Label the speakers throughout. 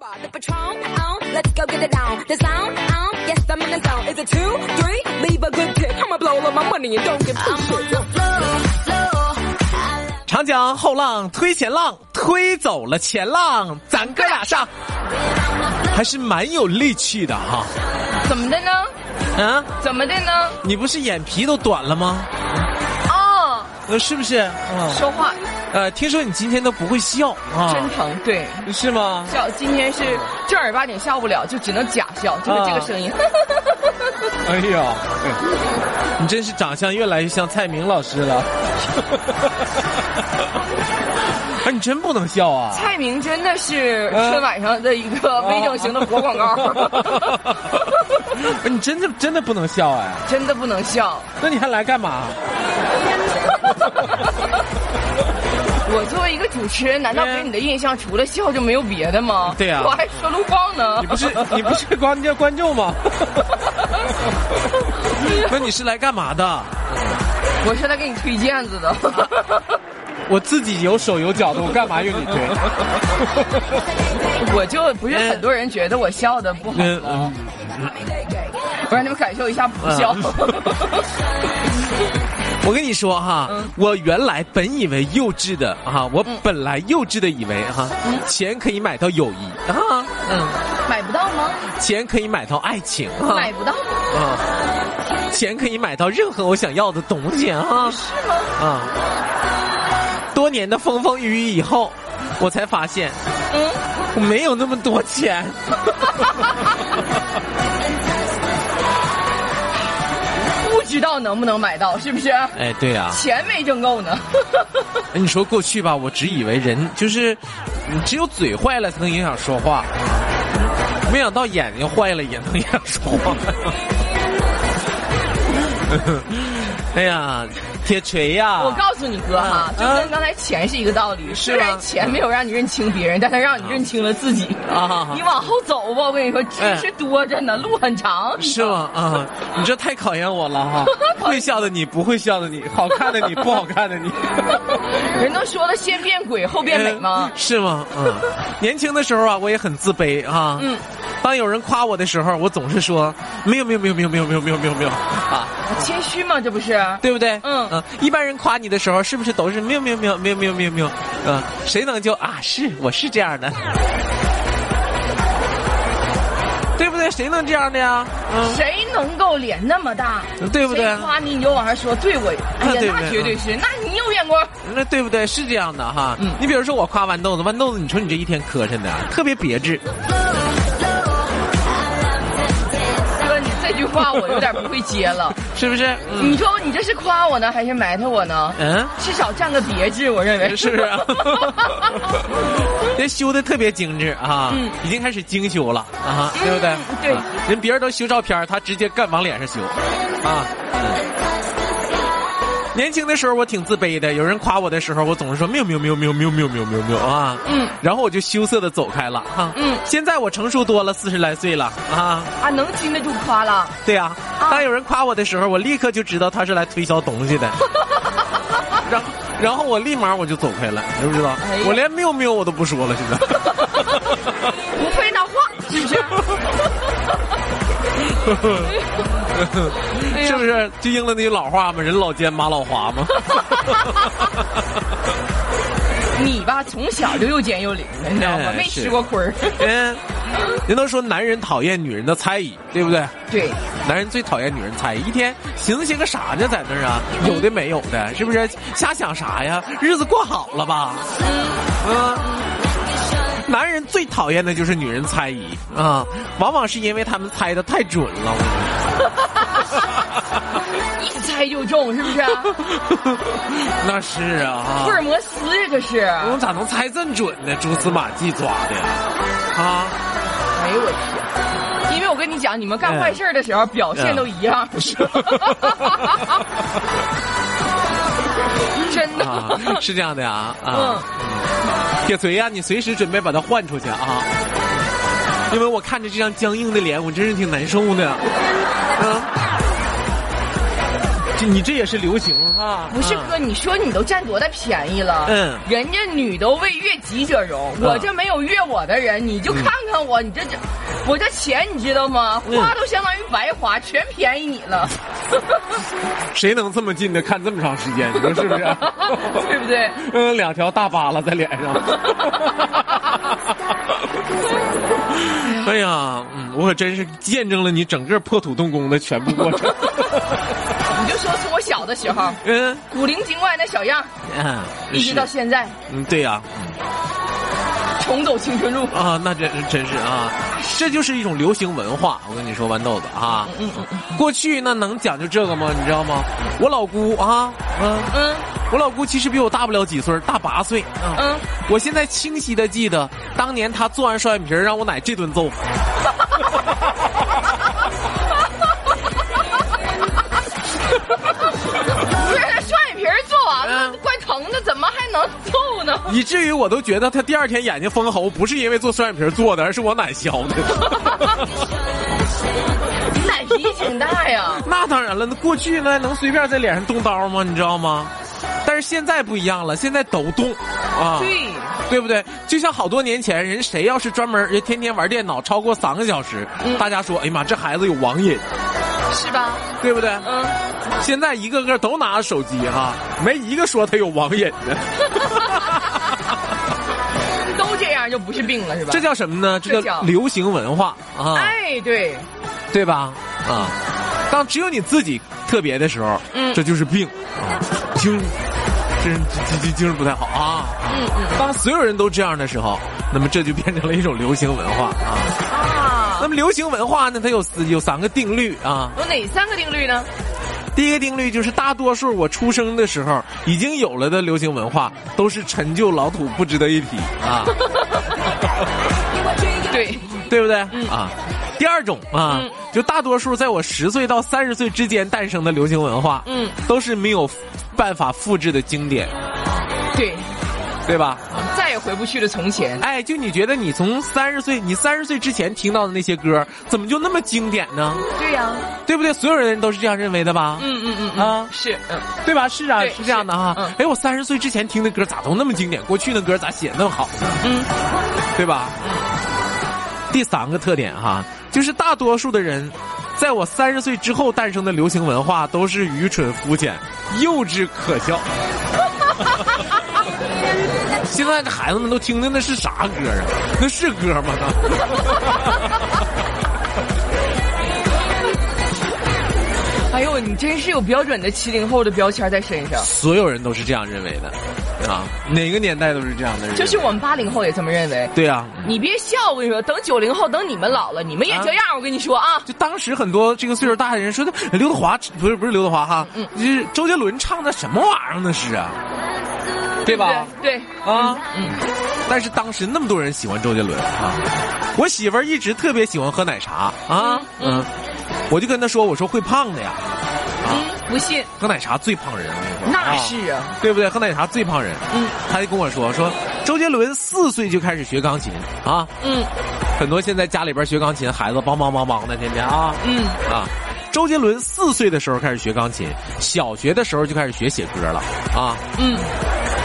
Speaker 1: The Patron, on, let's go get it on. The zone, on, yes, I'm in the zone. Is it two, three? Leave a good tip. I'ma blow all my money and don't give two shits.
Speaker 2: 长江后浪推前浪，推走了前浪，咱哥俩上，还是蛮有力气的哈、
Speaker 3: 怎么的呢？
Speaker 2: 啊，
Speaker 3: 怎么的呢？
Speaker 2: 你不是眼皮都短了吗？
Speaker 3: 哦，
Speaker 2: 呃，是不是？嗯，
Speaker 3: 说话
Speaker 2: 呃，听说你今天都不会笑啊？
Speaker 3: 真诚，对。
Speaker 2: 是吗？
Speaker 3: 笑，今天是正儿八经笑不了，就只能假笑，就是
Speaker 2: 啊
Speaker 3: 这个声音。
Speaker 2: 哎呀，你真是长相越来越像蔡明老师了。 哎，你真不能笑啊！
Speaker 3: 蔡明真的是
Speaker 2: 嗯
Speaker 3: 春晚上的一个微整形的活 广告，
Speaker 2: 不是哎你真的真的不能笑哎，
Speaker 3: 真的不能笑。
Speaker 2: 那你还来干 嘛？
Speaker 3: 我作为一个主持人，难道给你的印象除了笑就没有别的吗？
Speaker 2: 对呀啊
Speaker 3: 我还说路况呢
Speaker 2: 你。不是你不是观众观众吗？ 那你是来干嘛的？
Speaker 3: 我是来给你推荐子 的。
Speaker 2: 我自己有手有脚的，我干嘛用你推？
Speaker 3: 我就不是很多人觉得我笑的不好，
Speaker 2: 嗯，
Speaker 3: 我让你们感受一下不笑。
Speaker 2: 我跟你说哈，
Speaker 3: 嗯
Speaker 2: 我原来本以为幼稚的啊，我本来幼稚的以为哈，钱可以买到友谊啊，
Speaker 3: 嗯，买不到吗？
Speaker 2: 钱可以买到爱情啊，
Speaker 3: 买不到，
Speaker 2: 啊，钱可以买到任何我想要的东西啊
Speaker 3: 是吗？
Speaker 2: 啊！多年的风风雨雨以后，我才发现
Speaker 3: 嗯，
Speaker 2: 我没有那么多钱。
Speaker 3: 不知道能不能买到，是不是？
Speaker 2: 哎，对啊，哎
Speaker 3: 钱没挣够 呢。
Speaker 2: 你说过去吧，我只以为人就是嗯只有嘴坏了才能影响说话，没想到眼睛坏了也能影响说 话。哎呀，铁锤呀、
Speaker 3: 我告诉你哥哈
Speaker 2: 啊，
Speaker 3: 就跟刚才钱是一个道理。虽然钱没有让你认清别人，但它让你认清了自己。
Speaker 2: 啊
Speaker 3: 你往后走吧，我跟你说，知识多着呢，路很长。
Speaker 2: 是吗？啊，你这太考验我了哈！会笑的你，不会笑的你，好看的你，不好看的你，嗯
Speaker 3: 人都说了，先变鬼后变美吗？
Speaker 2: 是吗？嗯，年轻的时候啊，我也很自卑啊。
Speaker 3: 嗯，
Speaker 2: 当有人夸我的时候，我总是说没有没有没有没有没有没有没有没有没有啊，
Speaker 3: 嗯谦虚嘛，这不是？
Speaker 2: 对不对？
Speaker 3: 嗯
Speaker 2: 一般人夸你的时候，是不是都是没有没有没有没有没有没有没有？嗯，谁能就啊是我是这样的，对不对？谁能这样的呀？嗯，
Speaker 3: 谁能够脸那么大？
Speaker 2: 对不对
Speaker 3: 谁夸你，你就往上说，对我，哎
Speaker 2: 啊对
Speaker 3: 呀，
Speaker 2: 不对
Speaker 3: 那绝对是，那你有眼光。
Speaker 2: 那对不对？是这样的哈。
Speaker 3: 嗯
Speaker 2: 你比如说我夸豌豆子，豌豆子，你说你这一天磕碜的，特别别致。
Speaker 3: 哥，你这句话我有点不会接了。
Speaker 2: 是嗯不是？
Speaker 3: 你说你这是夸我呢，还是埋汰我呢？
Speaker 2: 嗯，
Speaker 3: 至少占个别致，我认为
Speaker 2: 是不是啊？ 人修的特别精致啊，
Speaker 3: 嗯
Speaker 2: 已经开始精修了啊，对不对？
Speaker 3: 对
Speaker 2: 啊人别人都修照片，他直接干往脸上修，啊。年轻的时候我挺自卑的，有人夸我的时候，我总是说没有没有没有没有没有没有没有没有没有啊，
Speaker 3: 嗯，
Speaker 2: 然后我就羞涩的走开了哈、
Speaker 3: 嗯
Speaker 2: 现在我成熟多了，四十来岁了啊，
Speaker 3: 啊，能经得住夸了。
Speaker 2: 对呀、
Speaker 3: 啊
Speaker 2: 当有人夸我的时候，我立刻就知道他是来推销东 西的，然后然后我立马我就走开了，知不知道？
Speaker 3: 哎呀
Speaker 2: 我连喵喵我都不说了，现
Speaker 3: 不会那话，是不是？ 哎
Speaker 2: 在是不是？就应了那句老话嘛，人老奸马老滑 嘛。
Speaker 3: 你吧，从小就又尖又灵的，你知道吗？
Speaker 2: 哎
Speaker 3: 没
Speaker 2: 是
Speaker 3: 吃过 亏儿。
Speaker 2: 嗯，人都说男人讨厌女人的猜疑，对不对？
Speaker 3: 对，
Speaker 2: 男人最讨厌女人猜疑，一天寻思个啥呢，在那儿啊，有的没有的，是不是？瞎想啥呀？日子过好了吧？嗯。男人最讨厌的就是女人猜疑啊，往往是因为他们猜的太准了。 我
Speaker 3: 一猜就中，是 不是？
Speaker 2: 跟你说那是啊
Speaker 3: 福，尔摩斯这个是。哎
Speaker 2: 我们咋能猜这么准呢？蛛丝马迹抓的啊，
Speaker 3: 哎呦我天！因为我跟你讲，你们
Speaker 2: 哎
Speaker 3: 干坏事儿的时候表现都一样， 真的。
Speaker 2: 啊，是这样的呀啊。
Speaker 3: 嗯，
Speaker 2: 铁锤呀、你随时准备把它换出去啊！因为我看着这张僵硬的脸，我真是挺难受的。啊，嗯这你这也是流行啊？
Speaker 3: 不是
Speaker 2: 啊
Speaker 3: 哥，你说你都占多大便宜了？
Speaker 2: 嗯
Speaker 3: 人家女都为悦己者容，我这没有悦我的人，你就看看我，你这这，我这钱你知道吗？
Speaker 2: 嗯
Speaker 3: 花都相当于白花，全便宜你 了，
Speaker 2: 谁能这么近的看这么长时间？你说是不 是？
Speaker 3: 对不对？
Speaker 2: 嗯，两条大疤了在脸上。哎呀，嗯，我可真是见证了你整个破土动工的全部过 程。
Speaker 3: 你就说从我小的时候，
Speaker 2: 嗯，
Speaker 3: 古灵精怪那小样儿，
Speaker 2: 嗯
Speaker 3: 一直
Speaker 2: 是
Speaker 3: 到现在，
Speaker 2: 嗯，对呀、
Speaker 3: 重走青春路。
Speaker 2: 啊，那真真是啊，这就是一种流行文化。我跟你说，豌豆子啊，
Speaker 3: 嗯
Speaker 2: 过去那能讲究这个吗？你知道吗？我老姑啊，嗯、
Speaker 3: 嗯
Speaker 2: 我老姑其实比我大不了几岁，大八岁啊。
Speaker 3: 嗯，
Speaker 2: 我现在清晰的记得，当年她做完双眼皮儿让我奶这顿揍。
Speaker 3: 不是双眼皮儿做完了
Speaker 2: 嗯，
Speaker 3: 怪疼的，怎么还能揍呢？
Speaker 2: 以至于我都觉得他第二天眼睛封喉，不是因为做双眼皮儿做的，而是我奶削的。嗯
Speaker 3: 你奶皮挺大呀。
Speaker 2: 那当然了，那过去呢能随便在脸上动刀吗？你知道吗？但是现在不一样了，现在都动啊，
Speaker 3: 对，
Speaker 2: 对不对？就像好多年前，人谁要是专门人天天玩电脑超过三个小时，大家说，哎呀妈，这孩子有网瘾，
Speaker 3: 嗯是吧？
Speaker 2: 对不对？
Speaker 3: 嗯，
Speaker 2: 现在一个个都拿着手机哈、没一个说他有网瘾的，
Speaker 3: 都这样就不是病了，是吧？
Speaker 2: 这叫什么呢？这
Speaker 3: 这
Speaker 2: 叫
Speaker 3: 叫
Speaker 2: 流行文化啊。
Speaker 3: 哎，对，
Speaker 2: 对吧？啊，当只有你自己特别的时候，
Speaker 3: 嗯
Speaker 2: 这就是病，啊精精精精精神不太好啊。
Speaker 3: 嗯嗯
Speaker 2: 当所有人都这样的时候，那么这就变成了一种流行文化啊。
Speaker 3: 啊
Speaker 2: 那，么流行文化呢，它有四有三个定律啊。
Speaker 3: 有哪三个定律呢？
Speaker 2: 第一个定律就是大多数我出生的时候已经有了的流行文化，都是陈旧老土，不值得一提 啊，
Speaker 3: 对，
Speaker 2: 对不对？啊。第二种啊，
Speaker 3: 嗯
Speaker 2: 就大多数在我十岁到三十岁之间诞生的流行文化，
Speaker 3: 嗯，
Speaker 2: 都是没有办法复制的经典，
Speaker 3: 对，
Speaker 2: 对吧？
Speaker 3: 再也回不去了从前。
Speaker 2: 哎，就你觉得你从三十岁，你三十岁之前听到的那些歌，怎么就那么经典呢？
Speaker 3: 对呀、
Speaker 2: 对不对？所有人都是这样认为的吧？
Speaker 3: 嗯嗯嗯嗯
Speaker 2: 啊
Speaker 3: 是，嗯，
Speaker 2: 对吧？是啊，
Speaker 3: 对
Speaker 2: 是这样的哈
Speaker 3: 是嗯。
Speaker 2: 哎，我三十岁之前听的歌咋都那么经典？过去的歌咋写的那么好呢？
Speaker 3: 嗯，
Speaker 2: 对吧？第三个特点哈，就是大多数的人，在我三十岁之后诞生的流行文化都是愚蠢、肤浅、幼稚、可笑。 现在这孩子们都听的那是啥歌啊？那是歌吗？
Speaker 3: 哎呦，你真是有标准的七零后的标签在身上，
Speaker 2: 所有人都是这样认为的，啊，哪个年代都是这样的人。
Speaker 3: 就是我们八零后也这么认为。
Speaker 2: 对啊，
Speaker 3: 你别笑，我跟你说，等九零后，等你们老了，你们也这样。我跟你说啊，
Speaker 2: 就当时很多这个岁数大的人说的，刘德华不是不是刘德华哈，
Speaker 3: 嗯
Speaker 2: 就是周杰伦唱的什么玩意儿那是啊，对吧？
Speaker 3: 对，对
Speaker 2: 啊，
Speaker 3: 嗯，
Speaker 2: 但是当时那么多人喜欢周杰伦啊，我媳妇儿一直特别喜欢喝奶茶啊，嗯，
Speaker 3: 嗯
Speaker 2: 我就跟她说，我说会胖的呀，
Speaker 3: 嗯，不信，
Speaker 2: 喝奶茶最胖人，我跟你说，
Speaker 3: 那
Speaker 2: 啊
Speaker 3: 是啊，
Speaker 2: 对不对？喝奶茶最胖人，
Speaker 3: 嗯，
Speaker 2: 她就跟我说说，周杰伦四岁就开始学钢琴啊，
Speaker 3: 嗯
Speaker 2: 很多现在家里边学钢琴孩子梆梆梆梆的，天天啊，
Speaker 3: 嗯，
Speaker 2: 啊。周杰伦四岁的时候开始学钢琴，小学的时候就开始学写歌了啊！
Speaker 3: 嗯，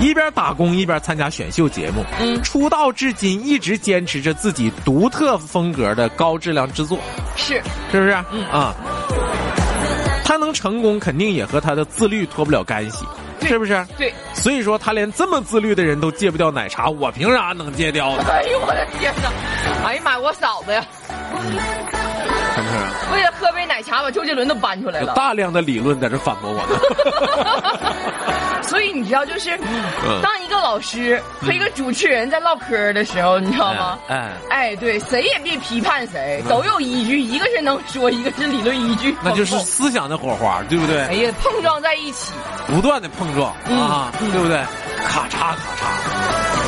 Speaker 2: 一边打工一边参加选秀节目，
Speaker 3: 嗯
Speaker 2: 出道至今一直坚持着自己独特风格的高质量制作，
Speaker 3: 是，
Speaker 2: 是不是？
Speaker 3: 嗯
Speaker 2: 啊，他能成功肯定也和他的自律脱不了干系，
Speaker 3: 对
Speaker 2: 是不是？
Speaker 3: 对。
Speaker 2: 所以说他连这么自律的人都戒不掉奶茶，我凭啥能戒掉呢？
Speaker 3: 哎呦我的天哪！哎呀妈呀，我嫂子呀，
Speaker 2: 看不看？
Speaker 3: 为了喝杯奶茶，把周杰伦都搬出来
Speaker 2: 有
Speaker 3: 了。
Speaker 2: 大量的理论在这反驳我呢。
Speaker 3: 所以你知道，就是
Speaker 2: 嗯
Speaker 3: 当一个老师和一个主持人在唠嗑的时候，你知道吗？
Speaker 2: 哎哎嗯
Speaker 3: 哎，对，谁也别批判谁，都有依据，一个是能说，一个是理论依据，
Speaker 2: 那就是
Speaker 3: 碰撞
Speaker 2: 思想的火花，对不对？
Speaker 3: 哎呀，碰撞在一起，
Speaker 2: 不断的碰撞、
Speaker 3: 嗯
Speaker 2: 啊，对不对？咔嚓咔嚓，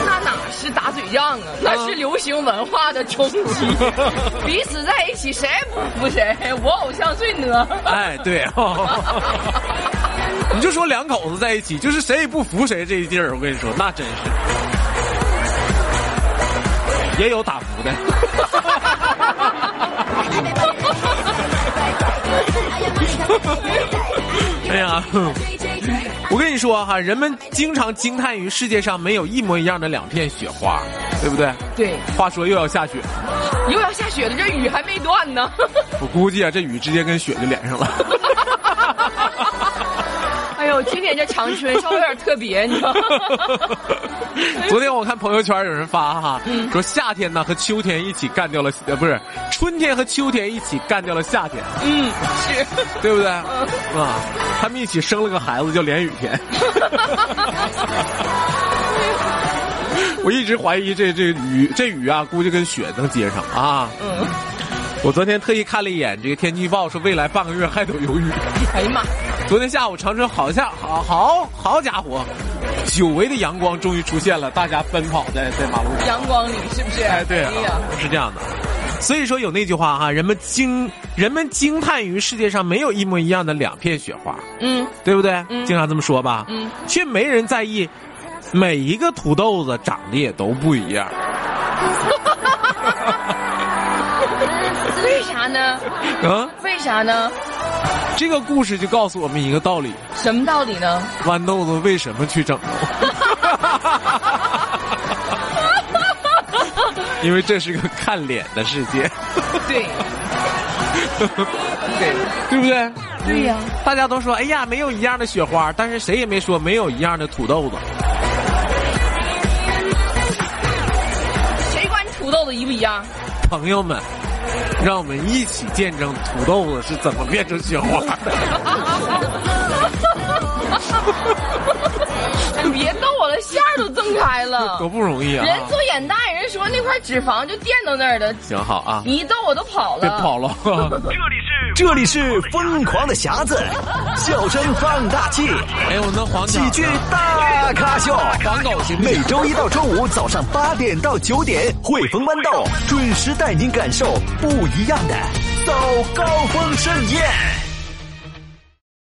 Speaker 3: 那哪是打嘴仗啊？
Speaker 2: 嗯
Speaker 3: 那是流行文化的冲 击， 彼此在一起，谁也不服谁。我偶像最呢，
Speaker 2: 哎，哦对， 你就说两口子在一起，就是谁也不服谁这一劲儿，我跟你说，那真是。也有打服的， 哎呀，哼我跟你说哈，人们经常惊叹于世界上没有一模一样的两片雪花，对不对？
Speaker 3: 对，
Speaker 2: 话说又要下雪，
Speaker 3: 又要下雪了，这雨还没断呢。
Speaker 2: 我估计啊，这雨直接跟雪就连上了。
Speaker 3: 哎呦，今年这长春稍微有点特别，你知道吗？
Speaker 2: 昨天我看朋友圈有人发哈，
Speaker 3: 嗯
Speaker 2: 说夏天呢和秋天一起干掉了，呃，不是春天和秋天一起干掉了夏天，
Speaker 3: 嗯，是。嗯
Speaker 2: 对不对？啊，他们一起生了个孩子叫连雨天。 我一直怀疑这这雨这雨啊，估计跟雪能接上啊。
Speaker 3: 嗯，
Speaker 2: 我昨天特意看了一眼这个天气预报，说未来半个月还都有雨。
Speaker 3: 哎呀妈，
Speaker 2: 昨天下午长春好像好好好家伙，久违的阳光终于出现了，大家奔跑在在马路上。
Speaker 3: 阳光里是不是？
Speaker 2: 哎，对啊
Speaker 3: 哎呀，，
Speaker 2: 是这样的。所以说有那句话哈、人们惊人们惊叹于世界上没有一模一样的两片雪花，
Speaker 3: 嗯
Speaker 2: 对不对？
Speaker 3: 嗯
Speaker 2: 经常这么说吧，
Speaker 3: 嗯，
Speaker 2: 却没人在意，每一个土豆子长得也都不一样，
Speaker 3: 为啥呢？
Speaker 2: 嗯，
Speaker 3: 为啥呢？
Speaker 2: 这个故事就告诉我们一个道理：
Speaker 3: 什么道理 呢？
Speaker 2: 豌豆子为什么去整容？ 因为这是个看脸的世界，
Speaker 3: 对，
Speaker 2: 对不对？
Speaker 3: 对呀、
Speaker 2: 大家都说，哎呀，没有一样的雪花，但是谁也没说没有一样的土豆子。
Speaker 3: 谁管你土豆子一不一样？
Speaker 2: 朋友们，让我们一起见证土豆子是怎么变成雪花的。
Speaker 3: 哎，别逗我了，馅儿都挣开 了。
Speaker 2: 多不容易啊！
Speaker 3: 人做眼袋，人说那块脂肪就垫到那儿了，
Speaker 2: 行好啊，
Speaker 3: 你一逗我都跑了。
Speaker 2: 别跑了。
Speaker 4: 这里是疯狂的匣子，笑声放大器，
Speaker 2: 哎呦，那黄
Speaker 4: 喜
Speaker 2: 鸟
Speaker 4: 剧大咖秀。
Speaker 2: 黄狗行不
Speaker 4: 每
Speaker 2: 行？
Speaker 4: 周一到周五早上八点到九点，汇丰豌豆准时带您感受不一样的早高峰盛宴。